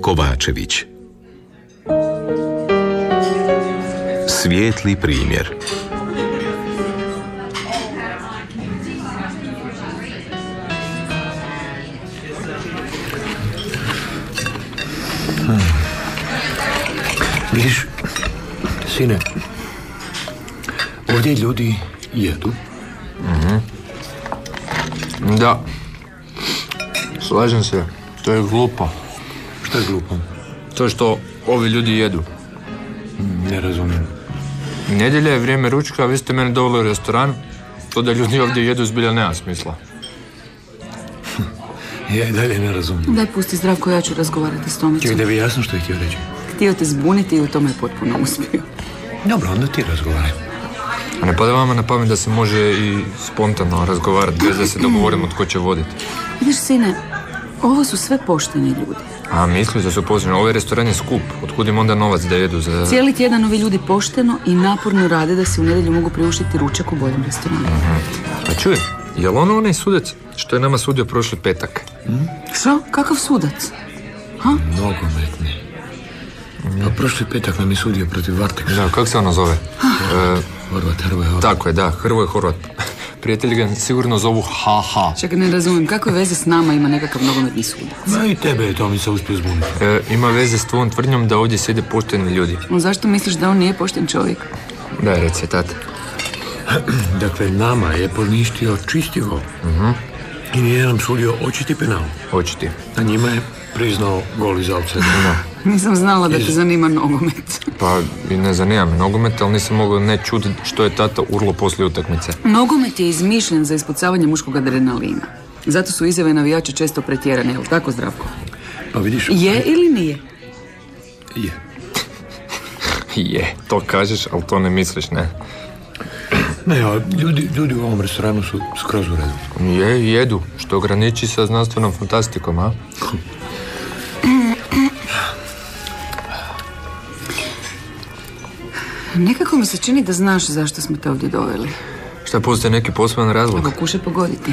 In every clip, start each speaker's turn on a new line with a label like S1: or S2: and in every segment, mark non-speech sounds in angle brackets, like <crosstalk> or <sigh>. S1: Kovačević Svijetli primjer
S2: Vidiš, sine, ovdje ljudi jedu.
S3: Da. Slažem se. To je glupo.
S2: Što je glupo?
S3: To što ovi ljudi jedu.
S2: Ne razumijem.
S3: Nedjelja je vrijeme ručka, a vi ste mene doveli u restoran. To da ljudi ovdje jedu zbilja nema smisla.
S2: Ja i dalje ne razumijem.
S4: Daj pusti zdravko, ja ću razgovarati s
S2: Čekaj
S4: Tomicom.
S2: da bi jasno što je htio reći.
S4: Htio te zbuniti i u tome je potpuno uspio.
S2: Dobro, onda ti razgovaraj.
S3: A ne pada vama na pamet da se može i spontano razgovarati bez da se dogovorimo tko će voditi.
S4: Vidiš, sine, ovo su sve pošteni ljudi.
S3: A misliš da su posljedno, ovaj restoran je skup. Otkud im onda novac da jedu za...
S4: Cijeli tjedan ovi ljudi pošteno i naporno rade da se u nedjelju mogu priuštiti ručak u boljem restoranu.
S3: A čuj, je li ono onaj sudac što je nama sudio prošli petak?
S4: Što? Kakav sudac?
S2: Nogometni. Pa prošli petak nam je sudio protiv Varteksa.
S3: Da, kako se ono zove? E,
S2: Horvat, Hrvoje, Horvat.
S3: tako je, da, Hrvoje Horvat. <laughs> Prijatelji ga sigurno zovu HH.
S4: Čekaj, ne razumijem, kakve veze s nama ima nekakav nogometni sudac?
S2: Ma i tebe je Tomica uspio zbuniti.
S3: E, ima veze s tvojom tvrdnjom da ovdje sjede pošteni ljudi.
S4: No, zašto misliš da on nije pošten čovjek?
S3: Daj, reci, tata.
S2: Dakle, nama je poništio čisti gol. I nije nam sudio očiti penal.
S3: Hoću ti.
S2: A njima je priznao gol iz outside.
S4: Nisam znala da te zanima nogomet. <laughs>
S3: Pa, i ne zanima me nogomet, ali nisam mogao ne čuti što je tata urlo poslije utakmice. <laughs>
S4: Nogomet je izmišljen za ispucavanje muškog adrenalina. Zato su izjave navijača često pretjerane, jel tako, Zdravko?
S2: Pa vidiš...
S4: Je ili nije?
S2: Je.
S3: Je, to kažeš, ali to ne misliš, ne?
S2: Ne, a ljudi, ljudi u ovom restoranu su skroz u redu.
S3: Je, jedu, što graniči sa znanstvenom fantastikom, a?
S4: Nekako mi se čini da znaš zašto smo te ovdje doveli.
S3: Šta, postoji neki poseban razlog?
S4: Evo, kušaj pogoditi.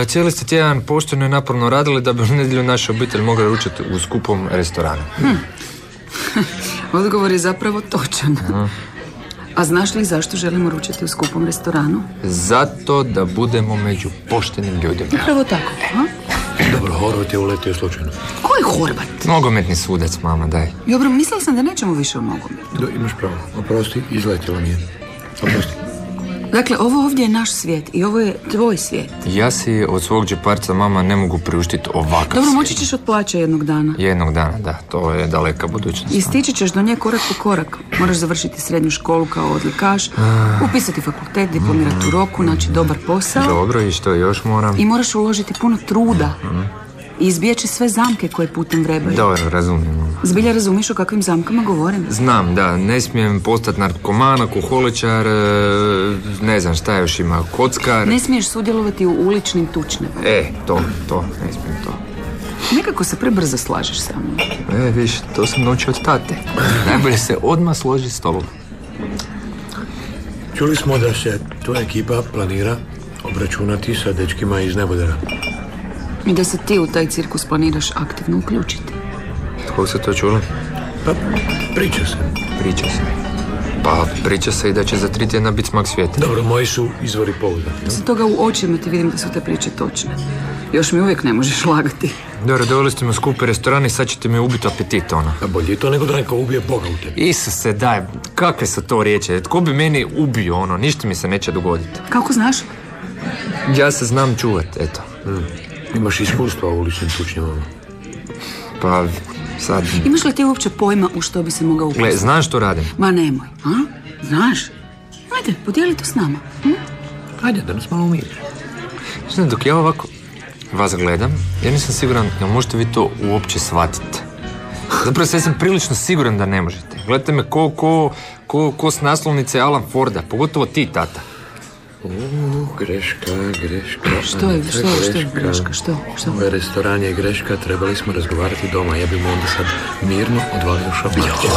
S3: E, cijeli ste tjedan pošteno i naporno radili da bi u nedjelju naša obitelj mogla ručati u skupom restoranu.
S4: Odgovor je zapravo točan. A znaš li zašto želimo ručati u skupom restoranu?
S3: Zato da budemo među poštenim ljudima.
S4: Upravo tako. A?
S2: Dobro, Horvat je uletio slučajno.
S4: Ko je Horvat?
S3: Nogometni sudac, mama, daj.
S4: Dobro, mislila sam da nećemo više o nogomet.
S2: Do, imaš pravo. Oprosti, izletjela mi je. Oprosti.
S4: Dakle, ovo ovdje je naš svijet i ovo je tvoj svijet.
S3: Ja si od svog džeparca, mama, ne mogu priuštiti ovakav
S4: Dobro,
S3: svijet.
S4: moći ćeš od plaća jednog dana.
S3: Jednog dana, da, to je daleka budućnost.
S4: I stići ćeš do nje korak po korak. Moraš završiti srednju školu kao odlikaš, upisati fakultet, diplomirati u roku, naći dobar posao
S3: Dobro, i što još moram?
S4: i moraš uložiti puno truda i izbjeći sve zamke koje putem vrebaju.
S3: Dobro, razumijem. mama.
S4: Zbilja razumiš o kakvim zamkama govorim?
S3: Znam, da, ne smijem postati narkoman, alkoholičar, e, ne znam šta još ima, kockar.
S4: Ne smiješ sudjelovati u uličnim tučnjevima.
S3: E, to, to, ne smijem to.
S4: Nekako se prebrzo slažeš sa mnom.
S3: E, viš, to sam naučio od tate. Najbolje se odmah složi s tobom.
S2: Čuli smo da se tvoja ekipa planira obračunati sa dečkima iz Nebodera.
S4: I da se ti u taj cirkus planiraš aktivno uključiti.
S3: Kog se to čulo?
S2: Pa, priča se.
S3: Priča se. Pa, priča se i da će za tri tjedna biti smak svijeta.
S2: Dobro, moji su izvori pouzdani.
S4: Osim toga u očima ti vidim da su te priče točne. Još mi uvijek ne možeš lagati.
S3: Dobro, doveli ste me u skupi restoran i sad ćete mi ubiti apetit, ono.
S2: A bolje je to nego da neko ubije Boga u tebi.
S3: Isuse, daj, kakve su to riječi? E, Tko bi meni ubio, ono, ništa mi se neće dogoditi.
S4: Kako znaš?
S3: Ja se znam čuvat, eto.
S2: Imaš iskustva u uličnim tučnjavama.
S3: Pa, sad...
S4: Imaš li ti uopće pojma u što bi se mogao
S3: Gle,
S4: uključiti?
S3: znaš što radim?
S4: Ma nemoj, a? Znaš? Ajde, podijeli to s nama. hm?
S2: Ajde, da nas malo umiriš.
S3: Znaš, dok ja ovako vas gledam, ja nisam siguran, jel možete vi to uopće shvatiti? Zapravo sad sam prilično siguran da ne možete. Gledajte me ko, ko, ko, ko s naslovnice Alan Forda, pogotovo ti, tata.
S2: U, greška, greška.
S4: Što je,
S2: Aneta,
S4: što je, što je greška, što, što?
S2: Ovaj restoran je greška, trebali smo razgovarati doma. Ja bi mu onda sad mirno odvalio šabljače.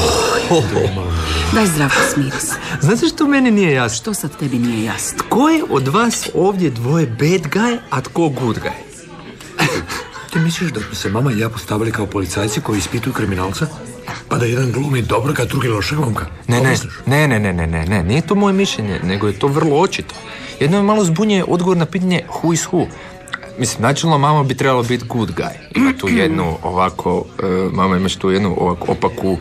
S4: Daj zdravko, smiri se.
S3: Znate što meni nije jasno?
S4: Što sad tebi nije jasno?
S3: Tko je od vas ovdje dvoje bad guy, a tko good guy?
S2: Ti misliš da bi se mama i ja postavili kao policajci koji ispituju kriminalca? Pa da jedan glumi dobrog, a drugi lošeg momka?
S3: Ne,
S2: To
S3: ne,
S2: misliš?
S3: ne, ne, ne, ne, ne, ne, nije to moje mišljenje, nego je to vrlo očito. Jedno je malo zbunje odgovor na pitanje who is who. Mislim, načelno mama bi trebala biti good guy. Ima tu jednu ovako, e, mama imaš tu jednu ovako opaku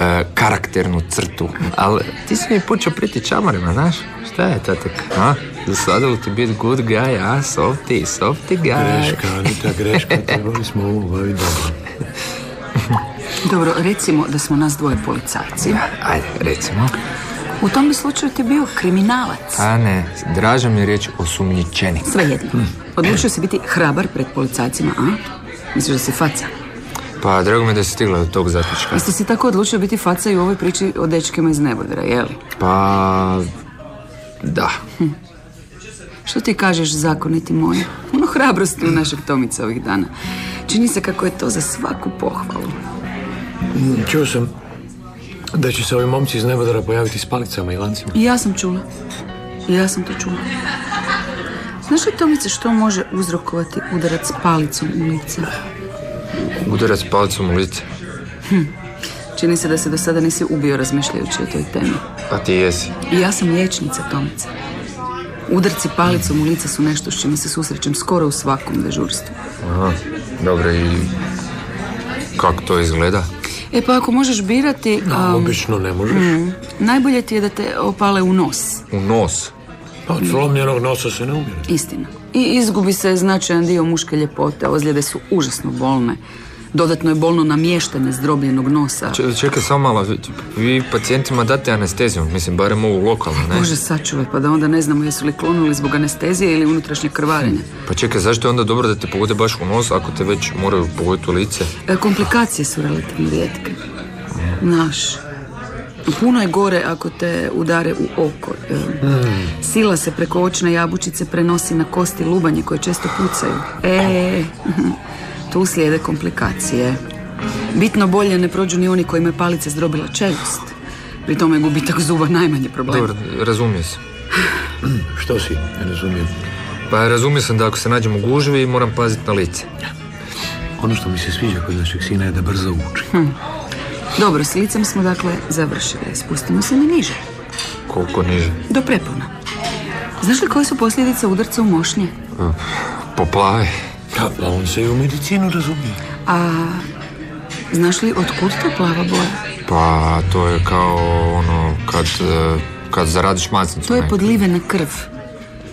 S3: e, karakternu crtu. Ali ti si mi počeo priti čamarima, znaš? Šta je tatak? A? Zasadilo ti biti good guy, a? Softy, softy guy.
S2: Greška, Anita, greška, trebali smo ovo obaviti dobro.
S4: Dobro, recimo da smo nas dvoje policajci.
S3: Ajde, recimo.
S4: U tom bi slučaju ti bio kriminalac.
S3: A ne, draža mi je riječ osumnjičenik.
S4: Svejedno. Odlučio si biti hrabar pred policajcima, a? Misliš da si faca?
S3: Pa, drago mi je da si stigla do tog zaključka.
S4: Isto si tako odlučio biti faca i u ovoj priči o dečkima iz nebodera, jeli?
S3: Pa... Da.
S4: Što ti kažeš, zakoniti moj? Ono hrabrosti u našeg Tomica ovih dana. Čini se kako je to za svaku pohvalu.
S2: Čuo sam da će se ovi momci iz Nevodara pojaviti s palicama i lancima.
S4: I ja sam čula. I ja sam to čula. Znaš li Tomice što može uzrokovati udarac palicom u lice?
S3: Udarac palcom u lice.
S4: Čini se da se do sada nisi ubio razmišljajući o toj temi.
S3: A Pa ti jesi.
S4: I ja sam liječnica Tomice. Udarci palicom u lice su nešto s čime se susrećem skoro u svakom dežurstvu.
S3: Aha. Dobro, i... Kako to izgleda?
S4: E pa ako možeš birati,
S2: A,
S4: am,
S2: Obično ne možeš.
S4: mm, najbolje ti je da te opale u nos.
S3: U nos.
S2: Pa od slomljenog nosa se ne umire.
S4: Istina. I izgubi se značajan dio muške ljepote, ozljede su užasno bolne. Dodatno je bolno namještanje zdrobljenog nosa.
S3: Če- čekaj, samo malo. vi- Vi pacijentima date anesteziju. Mislim, barem ovu lokalnu, ne?
S4: Bože sačuvaj, pa da onda ne znamo jesu li klonuli zbog anestezije ili unutrašnjeg krvarenja.
S3: Pa čekaj, zašto je onda dobro da te pogode baš u nos ako te već moraju pogoditi u lice?
S4: E, Komplikacije su relativno rijetke. Naš. Puno je gore ako te udare u oko. E, Sila se preko očne jabučice prenosi na kosti lubanje koje često pucaju. E, tu slijede komplikacije. Bitno bolje ne prođu ni oni kojima je palica zdrobila čeljust. Pri tome je gubitak zuba najmanji problem.
S3: Dobro, razumije se.
S2: Što si? Ne razumijem.
S3: Pa razumio sam da ako se nađem u gužvi moram paziti na lice.
S2: Ono što mi se sviđa kod našeg sina je da brzo uči.
S4: Dobro, s licem smo dakle završili. Spustimo se na niže.
S3: Koliko niže.
S4: Do prepona. Znaš li koje su posljedice udarca u mošnje?
S3: Poplave.
S2: Da, pa on se i u medicinu razumije.
S4: A znaš li otkud ta plava boja?
S3: Pa to je kao ono kad, e, kad zaradiš masnicu.
S4: To je
S3: ne?
S4: podlivena krv.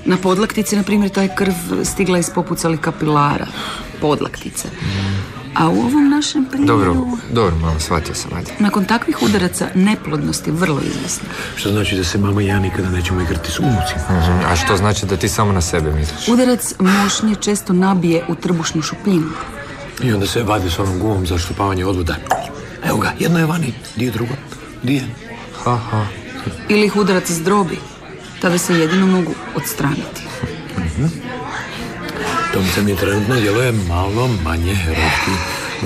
S4: Na podlaktici, na primjer, taj krv stigla iz popucalih kapilara. Podlaktice. A u ovom našem primjeru...
S3: Dobro, dobro, malo shvatio sam, ajde.
S4: Nakon takvih udaraca neplodnost je vrlo izvjesna.
S2: Što znači da se mama i ja nikada nećemo igrati s unucima.
S3: Mhm, A što znači da ti samo na sebe misliš?
S4: Udarac mošnje često nabije u trbušnu šupljinu.
S2: I onda se vade s onom gumom za štopavanje odvoda. Evo ga, jedno je vani, di je drugo? Di je?
S3: Aha.
S4: Ili ih udarac zdrobi. Tada se jedino mogu odstraniti.
S2: Tomica mi trenutno djeluje malo manje herojski.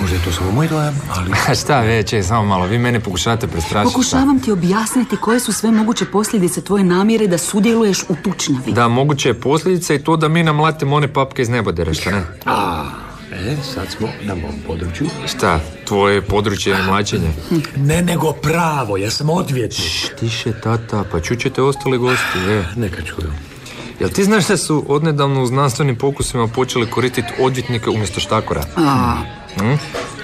S2: Možda je to samo moj dojam, ali...
S3: A šta već, je, samo malo, vi mene pokušavate prestrašiti.
S4: Pokušavam ti objasniti koje su sve moguće posljedice tvoje namjere da sudjeluješ u tučnjavi.
S3: Da, moguće je posljedica i to da mi namlatimo one papke iz nebodera, šta ne?
S2: A, e, sad smo na mom području.
S3: Šta, tvoje područje je mlačenje?
S2: Ne, nego pravo, ja sam odvjetnik.
S3: Tiše, tata, pa čućete ostali gosti, je.
S2: Neka čuju.
S3: Jel ti znaš da su odnedavno u znanstvenim pokusima počeli koristiti odvjetnike umjesto štakora?
S4: A,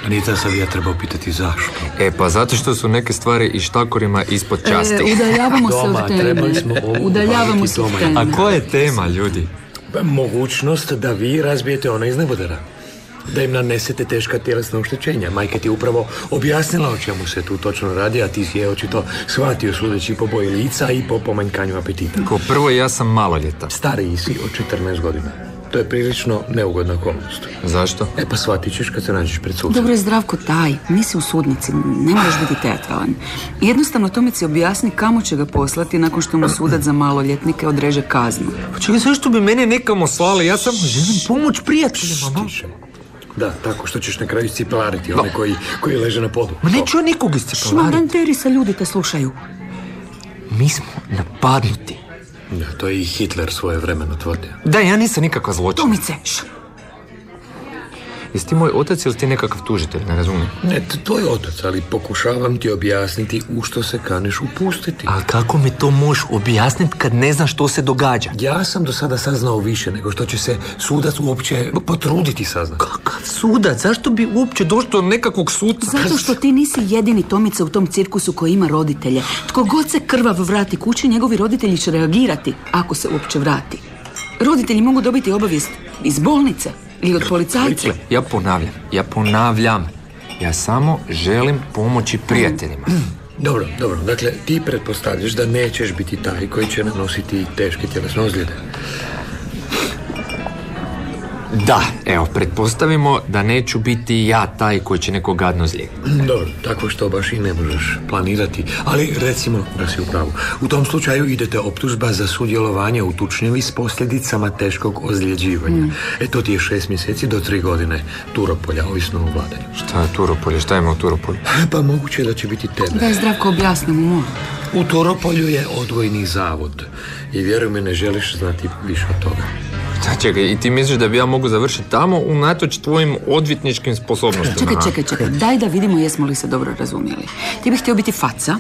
S2: Anita, sad bi ja trebao pitati zašto.
S3: E, pa zato što su neke stvari i štakorima ispod časti.
S4: e, udaljavamo se
S2: Doma,
S4: od teme. E,
S2: trebali smo ovo
S4: Udaljavamo
S2: obaviti
S4: se od
S2: doma.
S4: teme.
S3: A koja je tema, ljudi?
S2: Mogućnost da vi razbijete ona iz nebodera. Da im nanesete teška tjelesna oštećenja. Majka ti je upravo objasnila o čemu se tu točno radi, a ti si je očito shvatio sudeći po boji lica i po pomanjkanju apetita.
S3: Kao prvo, ja sam maloljetan.
S2: Stariji si od 14 godina. To je prilično neugodna okolnost.
S3: Zašto?
S2: E pa shvatit ćeš kad se nađeš pred sucem.
S4: Dobro je zdravko taj, nisi u sudnici, ne moraš biti teatralan. Jednostavno Tomici objasni kamo će ga poslati nakon što mu sudac za maloljetnike odreže kaznu.
S3: Pa čekaj, zašto bi mene nekamo slali? Ja sam želim pomoć prijateljima. ma.
S2: Tiše. Da, tako što ćeš na kraju cipelariti one koji, koji leže na podu.
S3: Ma neću ja nikog iscepavariti.
S4: Šmaranteri sa ljudi te slušaju.
S3: Mi smo napadnuti.
S2: Da, to je i Hitler svoje vremeno tvrdio.
S3: Da, ja nisam nikakva zločina.
S4: Tomice, š,
S3: Jesi ti moj otac ili ti nekakav tužitelj, ne razumijem?
S2: Ne, t- to je otac, ali pokušavam ti objasniti u što se kaniš upustiti.
S3: Ali kako mi to možeš objasniti kad ne znaš što se događa?
S2: Ja sam do sada saznao više nego što će se sudac uopće potruditi saznati.
S3: Kakav sudac? Zašto bi uopće došlo do nekakvog suca?
S1: Zato što ti nisi jedini Tomica u tom cirkusu koji ima roditelje. Tko god se krvav vrati kući, njegovi roditelji će reagirati, ako se uopće vrati. Roditelji mogu dobiti obavijest iz bolnice ili od policajca.
S3: Gle, Dakle, ja ponavljam, ja ponavljam. Ja samo želim pomoći <clears throat> prijateljima.
S2: Dobro, dobro, dakle ti pretpostavljaš da nećeš biti taj koji će nanositi teške tjelesne ozljede.
S3: Da, evo, pretpostavimo da neću biti ja taj koji će neko gadno zlijeti.
S2: Mm, Dobro, tako što baš i ne možeš planirati, ali recimo da si u pravu. U tom slučaju idete optužba za sudjelovanje u tučnjavi s posljedicama teškog ozljeđivanja. E to ti je šest mjeseci do tri godine turopolja, ovisno o vladanju.
S3: Šta je Turopolje? Šta ima u Turopolju? <laughs>
S2: Pa moguće da će biti tebe.
S4: Daj zdravko objasni mu mora.
S2: U Turopolju je odvojni zavod i vjeruj mi ne želiš znati više od toga.
S3: Šta, čekaj, i ti misliš da bi ja mogu završiti tamo unatoč tvojim odvjetničkim sposobnostima?
S1: Čekaj,
S3: a?
S1: čekaj, čekaj. Daj da vidimo jesmo li se dobro razumjeli. Ti bi htio biti faca,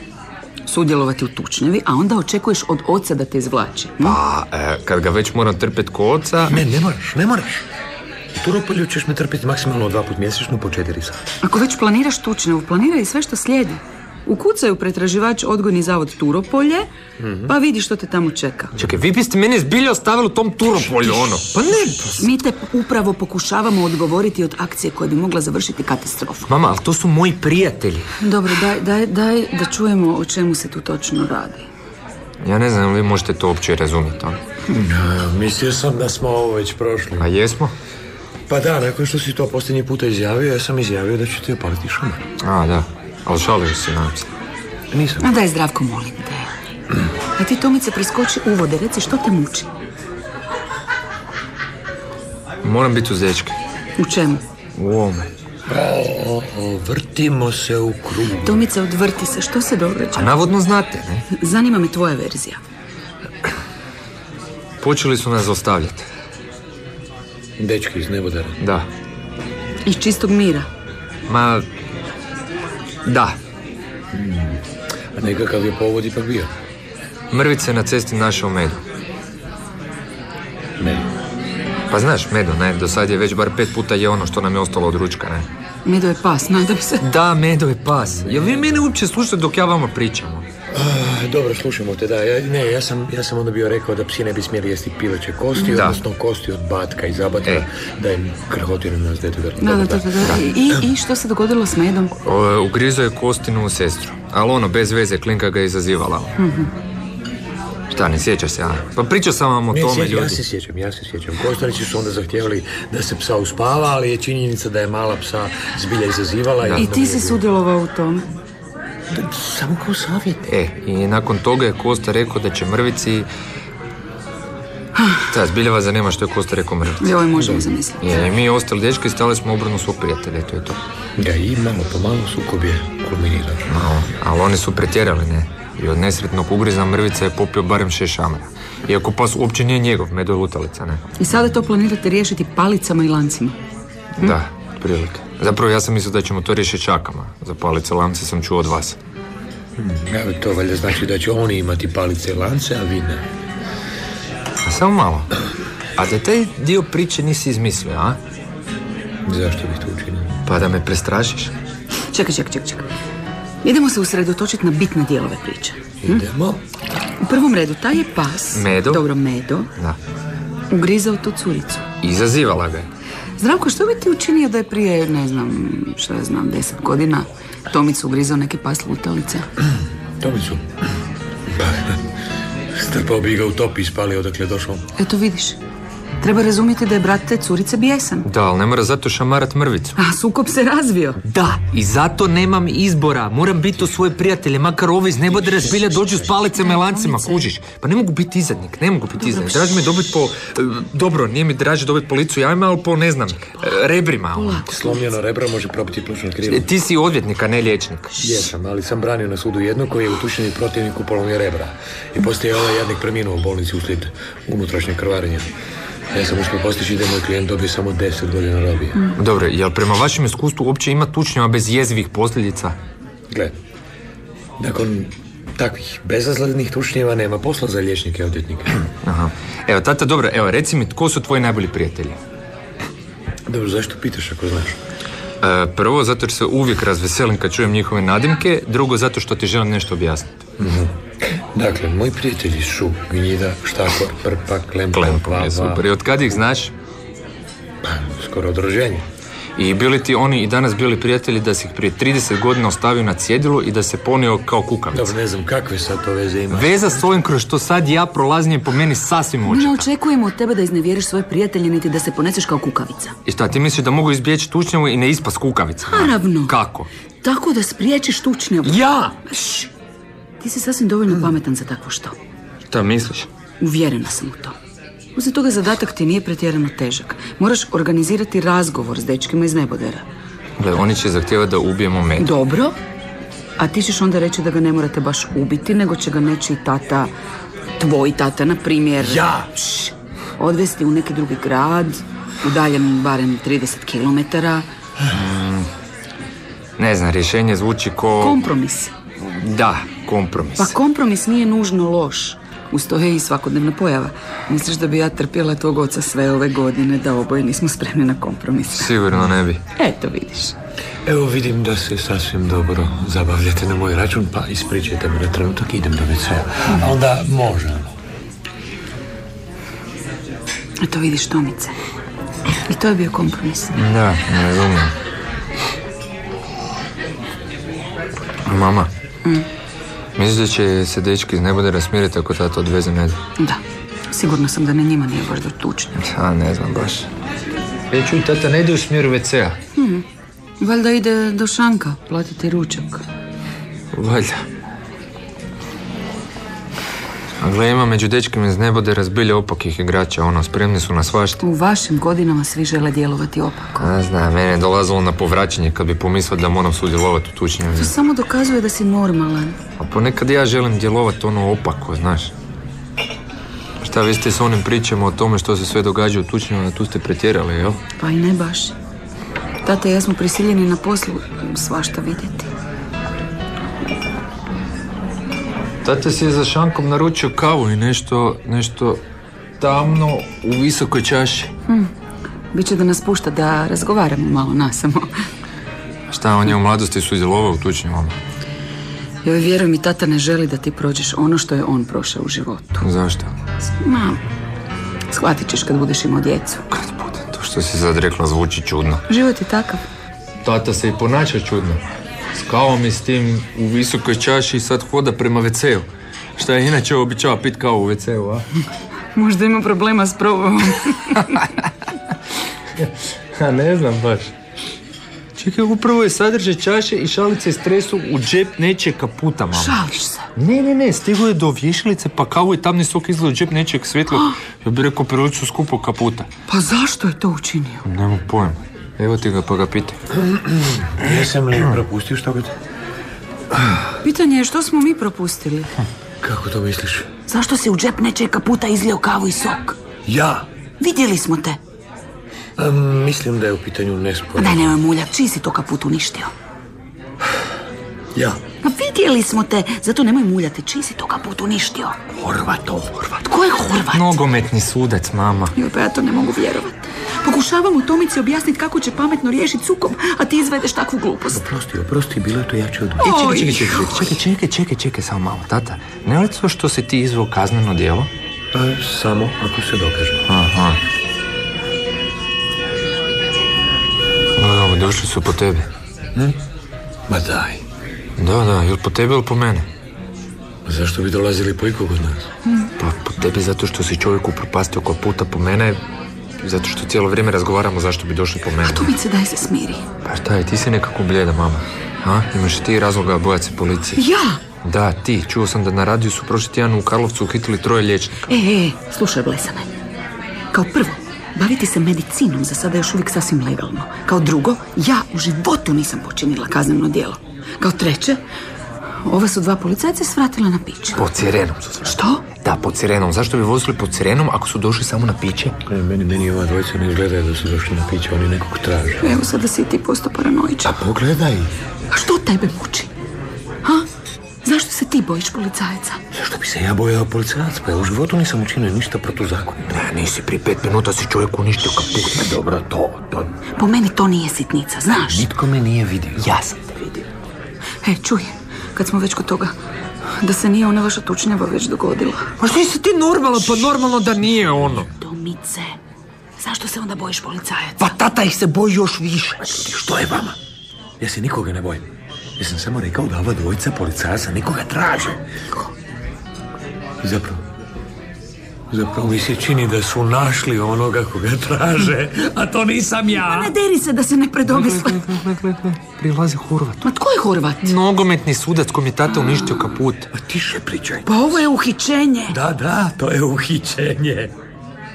S1: sudjelovati u tučnjavi, a onda očekuješ od oca da te izvlači. hm?
S3: Pa, e, kad ga već moram trpet ko oca...
S2: Ne, ne moraš, ne moraš. U Turopolju ćeš me trpiti maksimalno dva put mjesečno po četiri sata.
S4: Ako već planiraš tučnjavu, planiraj i sve što slijedi. Ukucaju pretraživač odgojni zavod Turopolje, pa vidi što te tamo čeka.
S3: Čekaj, vi biste mene zbilja ostavili u tom Turopolju, ono. Pa ne,
S1: Mi te upravo pokušavamo odgovoriti od akcije koja bi mogla završiti katastrofu.
S3: Mama, ali to su moji prijatelji.
S4: Dobro, daj, daj, daj da čujemo o čemu se tu točno radi.
S3: Ja ne znam, vi možete to uopće razumjeti. ono.
S2: Mislio sam da smo ovo već prošli.
S3: A jesmo?
S2: Pa da, nakon što si to posljednji puta izjavio, ja sam izjavio da ću ti opaliti šamar.
S3: A, da. Ali šališ se, nadam se.
S2: Nisam.
S1: A daj, Zdravko, molim te. A ti, Tomice, preskoči uvode. Reci što te muči.
S3: Moram biti uz dečke.
S4: U čemu?
S3: U ovome.
S2: O, o, vrtimo se u krug.
S4: Tomice, odvrti se, što se
S3: A
S4: događa?
S3: navodno znate, ne?
S4: Zanima me tvoja verzija.
S3: Počeli su nas zlostavljati.
S2: Dečki iz nebodara.
S3: Da.
S4: Iz čistog mira.
S3: Ma... Da.
S2: A nekakav je povod ipak bio.
S3: Mrvice na cesti našao medu.
S2: Ne.
S3: Pa znaš, medo, ne? Do sad je već bar pet puta je ono što nam je ostalo od ručka, ne?
S4: Medo je pas, nadam se.
S3: Da, medo je pas. Jel vi mene uopće slušate dok ja vama pričam?
S2: A, dobro, slušamo te, da. Ja, ne, ja sam, ja sam onda bio rekao da psi ne bi smjeli jesti pileće kosti,
S3: Da.
S2: odnosno kosti od batka i zabatka,
S3: E.
S2: da im krhotinu nas dete vrti.
S4: Da, da,
S2: Dobro,
S4: da, da, da. I, I što se dogodilo s medom?
S3: O, ugrizao je kostinu u sestru. Ali ono, bez veze, klinka ga je izazivala.
S2: Mhm.
S3: Šta, ne sjećaš se, a? Pa pričao sam vam o
S2: Ne,
S3: tome,
S2: sjećam-
S3: ljudi.
S2: ja se sjećam, ja se sjećam. Kostarići su onda zahtijevali da se psa uspava, ali je činjenica da je mala psa zbilja izazivala.
S4: I ti si sudjelovao u tome.
S2: Samo kao savjete.
S3: E, i nakon toga je Kosta rekao da će mrvici... Da, zbilja vas zanima što je Kosta rekao mrvici.
S4: Joj, možemo zamisliti.
S3: I mi ostali dečki stali smo u obranu svog prijatelja, to je to.
S2: Da, i malo po malo sukob je kulminirao.
S3: No, ali oni su pretjerali, ne? I od nesretnog ugriza mrvica je popio barem šest šamara. Iako pas uopće nije njegov, medo je lutalica, ne?
S4: I sada to planirate riješiti palicama i lancima.
S3: Da, prilike. Zapravo ja sam mislio da ćemo to riješiti čakama. Za palice lance sam čuo od vas.
S2: Ja, to valjda znači da će oni imati palice i lance, a vi ne.
S3: A samo malo. A da taj dio priče nisi izmislio, a?
S2: Zašto bih to učinio?
S3: Pa da me prestrašiš?
S1: Čekaj, čekaj, čekaj, čekaj. Idemo se usredotočiti na bitne dijelove priče.
S4: Hm?
S2: Idemo.
S1: U prvom redu, taj je pas...
S3: Medo.
S1: Dobro, Medo.
S3: Da.
S1: Ugrizao tu curicu.
S3: Izazivala ga je.
S1: Zdravko, što bi ti učinio da je prije, ne znam, što ja znam, deset godina Tomicu ugrizao neki pas lutalice?
S2: Tomicu. Pa, <laughs> Strpao bi ga u top i spalio odakle je došao.
S1: Eto vidiš, treba razumjeti da je brat te curice bijesan.
S3: Da, ali ne mora zato šamarat mrvicu.
S1: A sukob se razvio.
S3: Da, i zato nemam izbora. Moram biti u svoje prijatelje, makar ovi iz neba da razbilja dođu s palicama i lancima, kužiš. Pa ne mogu biti izadnik, ne mogu biti izadnik. Draže mi je dobiti po... e, Dobro, nije mi draže dobiti po licu jajima, ali po, ne znam, e, rebrima. ono.
S2: Slomljeno rebro može probiti plućno krilo.
S3: E, Ti si odvjetnik, a ne liječnik.
S2: Jesam, ali sam branio na sudu jednog koji je u tušini protivniku polomio rebra. I poslije je ovaj jadnik preminuo u bolnici uslijed unutrašnje krvarenja. Ja sam uspio postići da moj klijent dobije samo 10 godina robije.
S3: Dobro, jel prema vašem iskustvu uopće ima tučnjava bez jezivih posljedica?
S2: Gle, nakon takvih bezazlenih tušnjeva nema posla za liječnike i odvjetnike.
S3: Aha. Evo, tata, dobro, evo, reci mi, tko su tvoji najbolji prijatelji?
S2: <clears throat> Dobro, zašto pitaš ako znaš?
S3: E, prvo, zato jer se uvijek razveselim kad čujem njihove nadimke, drugo, zato što ti želim nešto objasniti.
S2: Dakle, moji prijatelji su Gnjida, Štakor, Prpa, Klempa,
S3: Klempo mi
S2: Vava,
S3: je super. I od kad ih znaš?
S2: skoro od rođenja.
S3: I bili ti oni i danas bili prijatelji da si ih prije 30 godina ostavio na cjedilu i da se ponio kao kukavica.
S2: Dobro, ne znam kakve sad to veze ima.
S3: Veza s ovim kroz što sad ja prolazim je po meni sasvim
S4: Ne
S3: očita.
S4: očekujemo od tebe da iznevjeriš svoje prijatelje niti da se poneseš kao kukavica.
S3: I šta, ti misliš da mogu izbjeći tučnjavu i ne ispast kukavica?
S4: Naravno.
S3: Kako?
S4: Tako da spriječiš tučnjavu.
S3: Ja!
S4: Šš! Ti si sasvim dovoljno pametan za takvo što.
S3: Šta misliš?
S4: Uvjerena sam u to. Osim toga, zadatak ti nije pretjerano težak. Moraš organizirati razgovor s dečkima iz nebodera.
S3: Gle, oni će zahtijevati da ubijemo mene.
S4: Dobro, a ti ćeš onda reći da ga ne morate baš ubiti, nego će ga nečiji tata, tvoj tata, na primjer...
S2: Ja!
S4: Šš, odvesti u neki drugi grad, udaljen barem 30 km.
S3: Ne znam, rješenje zvuči ko...
S4: Kompromis.
S3: Da, kompromis.
S4: Pa kompromis nije nužno loš. Uz to je i svakodnevna pojava. Misliš da bi ja trpjela tvog oca sve ove godine da oboje nismo spremni na kompromis?
S3: Sigurno ne bi.
S4: Eto vidiš.
S2: Evo vidim da se sasvim dobro zabavljate na moj račun, pa ispričajte me na trenutak, idem do WC-a. A Onda možemo.
S4: Eto vidiš Tomice. I to je bio kompromis.
S3: Da, ne razumijem. Mama, misliš da će se dečki iz nebodera smiriti ako tata odveze mene?
S4: Da. Sigurno sam da na njima nije baš do tučnja.
S3: A, ne znam baš. E, čuj, tata ne ide u smjeru WC-a.
S4: Valjda ide do šanka platiti ručak.
S3: Valjda. A gle, ima među dečkima iz nebodera zbilje opakih igrača, ono, spremni su na svašta.
S4: U vašim godinama svi žele djelovati opako.
S3: Ne znam, mene je dolazilo na povraćanje kad bi pomislio da moram sudjelovati u tučnjavi.
S4: To samo dokazuje da si normalan.
S3: A ponekad ja želim djelovati ono opako, znaš. Šta vi ste s onim pričama o tome što se sve događa u tučnjama, tu ste pretjerali, jel?
S4: Pa i ne baš. Tata i ja smo prisiljeni na poslu svašta vidjeti.
S3: Tata si je za šankom naručio kavu i nešto, nešto tamno u visokoj čaši.
S4: Biće da nas pušta da razgovaramo malo nasamo. <laughs>
S3: Šta, on je u mladosti sudjelovao u tučnjavama?
S4: Joj, vjeruj mi, tata ne želi da ti prođeš ono što je on prošao u životu.
S3: Zašto?
S4: Ma, shvatit ćeš kad budeš imao djecu.
S3: Kad budem, to što si sad rekla zvuči čudno.
S4: Život je takav.
S3: Tata se i ponaša čudno. S kavom i s tim u visokoj čaši i sad hoda prema WC-u. Šta je inače običava pit kavu u WC-u, a?
S4: Možda ima problema s probom.
S3: Ha, ne znam baš. Čekaj, upravo je sadržaj čaše i šalice stresu u džep nečeg kaputa, mama.
S4: Šališ se.
S3: Ne, ne, ne, stiglo je do vješalice, pa kao je tamni sok izlio u džep nečeg svjetlog, ja bih rekao prilično skupog kaputa.
S4: Pa zašto je to učinio?
S3: Nemam pojma. Evo ti ga pa ga pitaj.
S2: Jesam <clears throat> li propustio što god?
S4: Pitanje je što smo mi propustili?
S2: Kako to misliš?
S4: Zašto si u džep nečeg kaputa izlio kavu i sok?
S2: Ja!
S4: Vidjeli smo te.
S2: A, mislim da je u pitanju
S4: Ma
S2: nesporno.
S4: Daj, nemoj muljak, čiji si to kaput uništio?
S2: Ja.
S4: Ma vidjeli smo te, zato nemoj muljati, čiji si to kaput uništio?
S2: Horvatov, Horvat.
S4: Tko je Horvat?
S3: Nogometni sudac, mama.
S4: Joj, pa ja to ne mogu vjerovati. Pokušavamo Tomici objasniti kako će pametno riješiti sukob, a ti izvedeš takvu glupost.
S2: Oprosti, oprosti, bilo je to jače od...
S3: Čekaj, čekaj, čekaj, čekaj, čekaj, čekaj, čekaj, samo malo, tata. Ne li to što si ti izveo kazneno djelo?
S2: A, E, samo ako se dokaže.
S3: Aha. Evo, došli su po tebe.
S2: Ma daj.
S3: Da, da, ili po tebe ili po mene?
S2: Ma Zašto bi dolazili po ikog od nas?
S3: Pa po tebi zato što si čovjek upropastio ko puta po mene, zato što cijelo vrijeme razgovaramo zašto bi došli po mene.
S4: Tomice, daj se smiri.
S3: Pa šta je, ti si nekako blijeda, mama. A? Imaš i ti razloga bojati se policije.
S4: Ja?
S3: Da, ti, čuo sam da na radiju su prošli tjedan u Karlovcu uhitili troje liječnika.
S4: E, e, slušaj, Blesane. Kao prvo, baviti se medicinom za sada je još uvijek sasvim legalno. Kao drugo, ja u životu nisam počinila kazneno djelo. Kao treće, ova su dva policajca svratila na piću.
S3: Po cijerenom su sve.
S4: Što?
S3: Da, pod sirenom. Zašto bi vozili pod sirenom ako su došli samo na piće?
S2: E, Meni, meni ova dvojica ne izgledaju da su došli na piće, oni nekog traže.
S4: Pa Evo sada si i ti postao paranoičan.
S2: A pogledaj,
S4: A što tebe muči? Ha? Zašto se ti bojiš policajaca?
S2: zašto bi se ja bojao policajac? Pa ja u životu nisam učinio ništa protuzakonito.
S3: Ne, nisi prije pet minuta si čovjek uništio kaput.
S2: E, Dobro, to, to,
S4: Po meni to nije sitnica, znaš?
S2: nitko me nije vidio.
S3: Ja sam te vidio.
S4: E, čuj, kad smo već kod toga, da se nije ona vaša tučnjava već dogodila.
S3: Ma što si ti normalno, pa normalno da nije ono.
S4: Tomice, zašto se onda bojiš policajaca?
S3: Pa tata ih se boji još više.
S2: Pa Što je vama? Ja se nikoga ne bojim. Ja sam samo rekao da ova dvojica policajaca nikoga traže. Zapravo, zapravo mi se čini da su našli onoga koga traže, a to nisam ja.
S4: Ne deri se da se ne predomisle.
S3: Prilazi Horvat.
S4: Ma tko je Horvat?
S3: Nogometni sudac kom je tata uništio kaput.
S2: Pa tiše pričaj.
S4: Pa ovo je uhićenje.
S2: Da, da, to je uhićenje.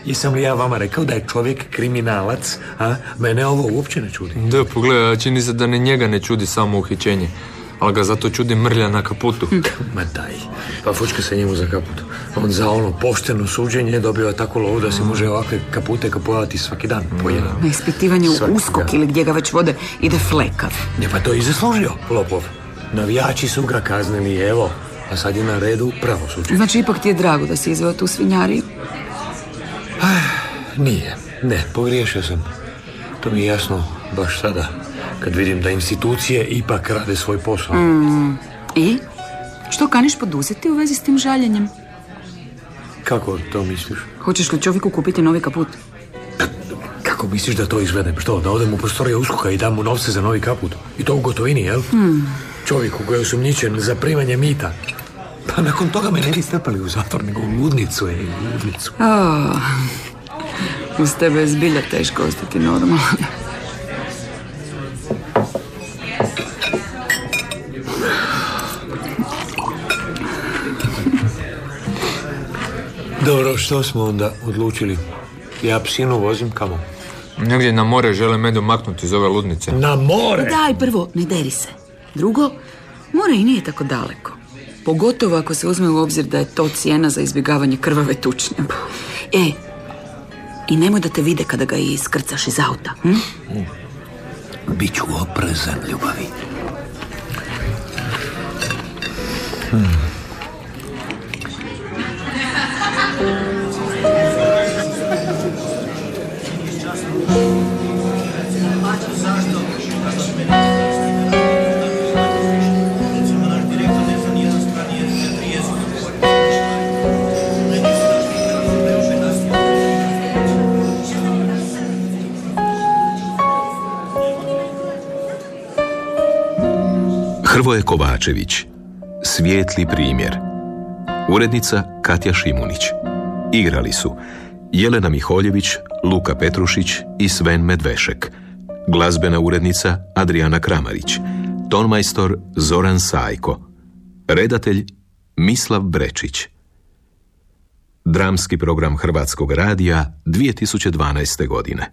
S2: Jesam li ja vama rekao da je čovjek kriminalac, a mene ovo uopće ne čudi.
S3: Da, pogledaj, čini se da ni njega ne čudi samo uhićenje. Ali ga zato čudi mrlja na kaputu.
S2: Ma daj, pa fučka se njemu za kaput. On za ono pošteno suđenje dobiva tako lovu da se može ovakve kapute kapojati svaki dan po jedan.
S4: Na ispitivanju
S2: Svaki
S4: u uskok
S2: dan.
S4: ili gdje ga već vode ide flekav.
S2: Ne pa to je i zaslužio, lopov. Navijači su ga kaznili, evo. A sad je na redu pravosuđe.
S4: Znači, ipak ti je drago da si izveo tu svinjariju.
S2: Nije, ne, pogriješio sam. To mi je jasno baš sada, kad vidim da institucije ipak rade svoj posao.
S4: I? Što kaniš poduzeti u vezi s tim žaljenjem?
S2: Kako to misliš?
S4: Hoćeš li čovjeku kupiti novi kaput?
S2: Kako misliš da to izvedem? Što, da odem u prostorije uskoka i dam mu novce za novi kaput? I to u gotovini, jel? Čovjeku koji je osumnjičen za primanje mita. Pa nakon toga me ne bi strpali u zatvor, nego u ludnicu, je, u ludnicu.
S4: Oh, uz tebe je zbilja teško ostati normalan.
S2: Dobro, što smo onda odlučili? Ja psinu vozim kamo?
S3: Negdje na more žele medu maknuti iz ove ludnice.
S2: Na more!
S4: Pa Daj, prvo, ne deri se. Drugo, more i nije tako daleko. Pogotovo ako se uzme u obzir da je to cijena za izbjegavanje krvave tučnje. E, i nemoj da te vide kada ga iskrcaš iz auta. Hm?
S2: Biću oprezan, ljubavi.
S5: Hrvoje Kovačević Svijetli primjer Urednica Katja Šimunić Igrali su Jelena Miholjević, Luka Petrušić i Sven Medvešek Glazbena urednica Adriana Kramarić Tonmajstor Zoran Sajko Redatelj Mislav Brečić Dramski program Hrvatskog radija 2012. godine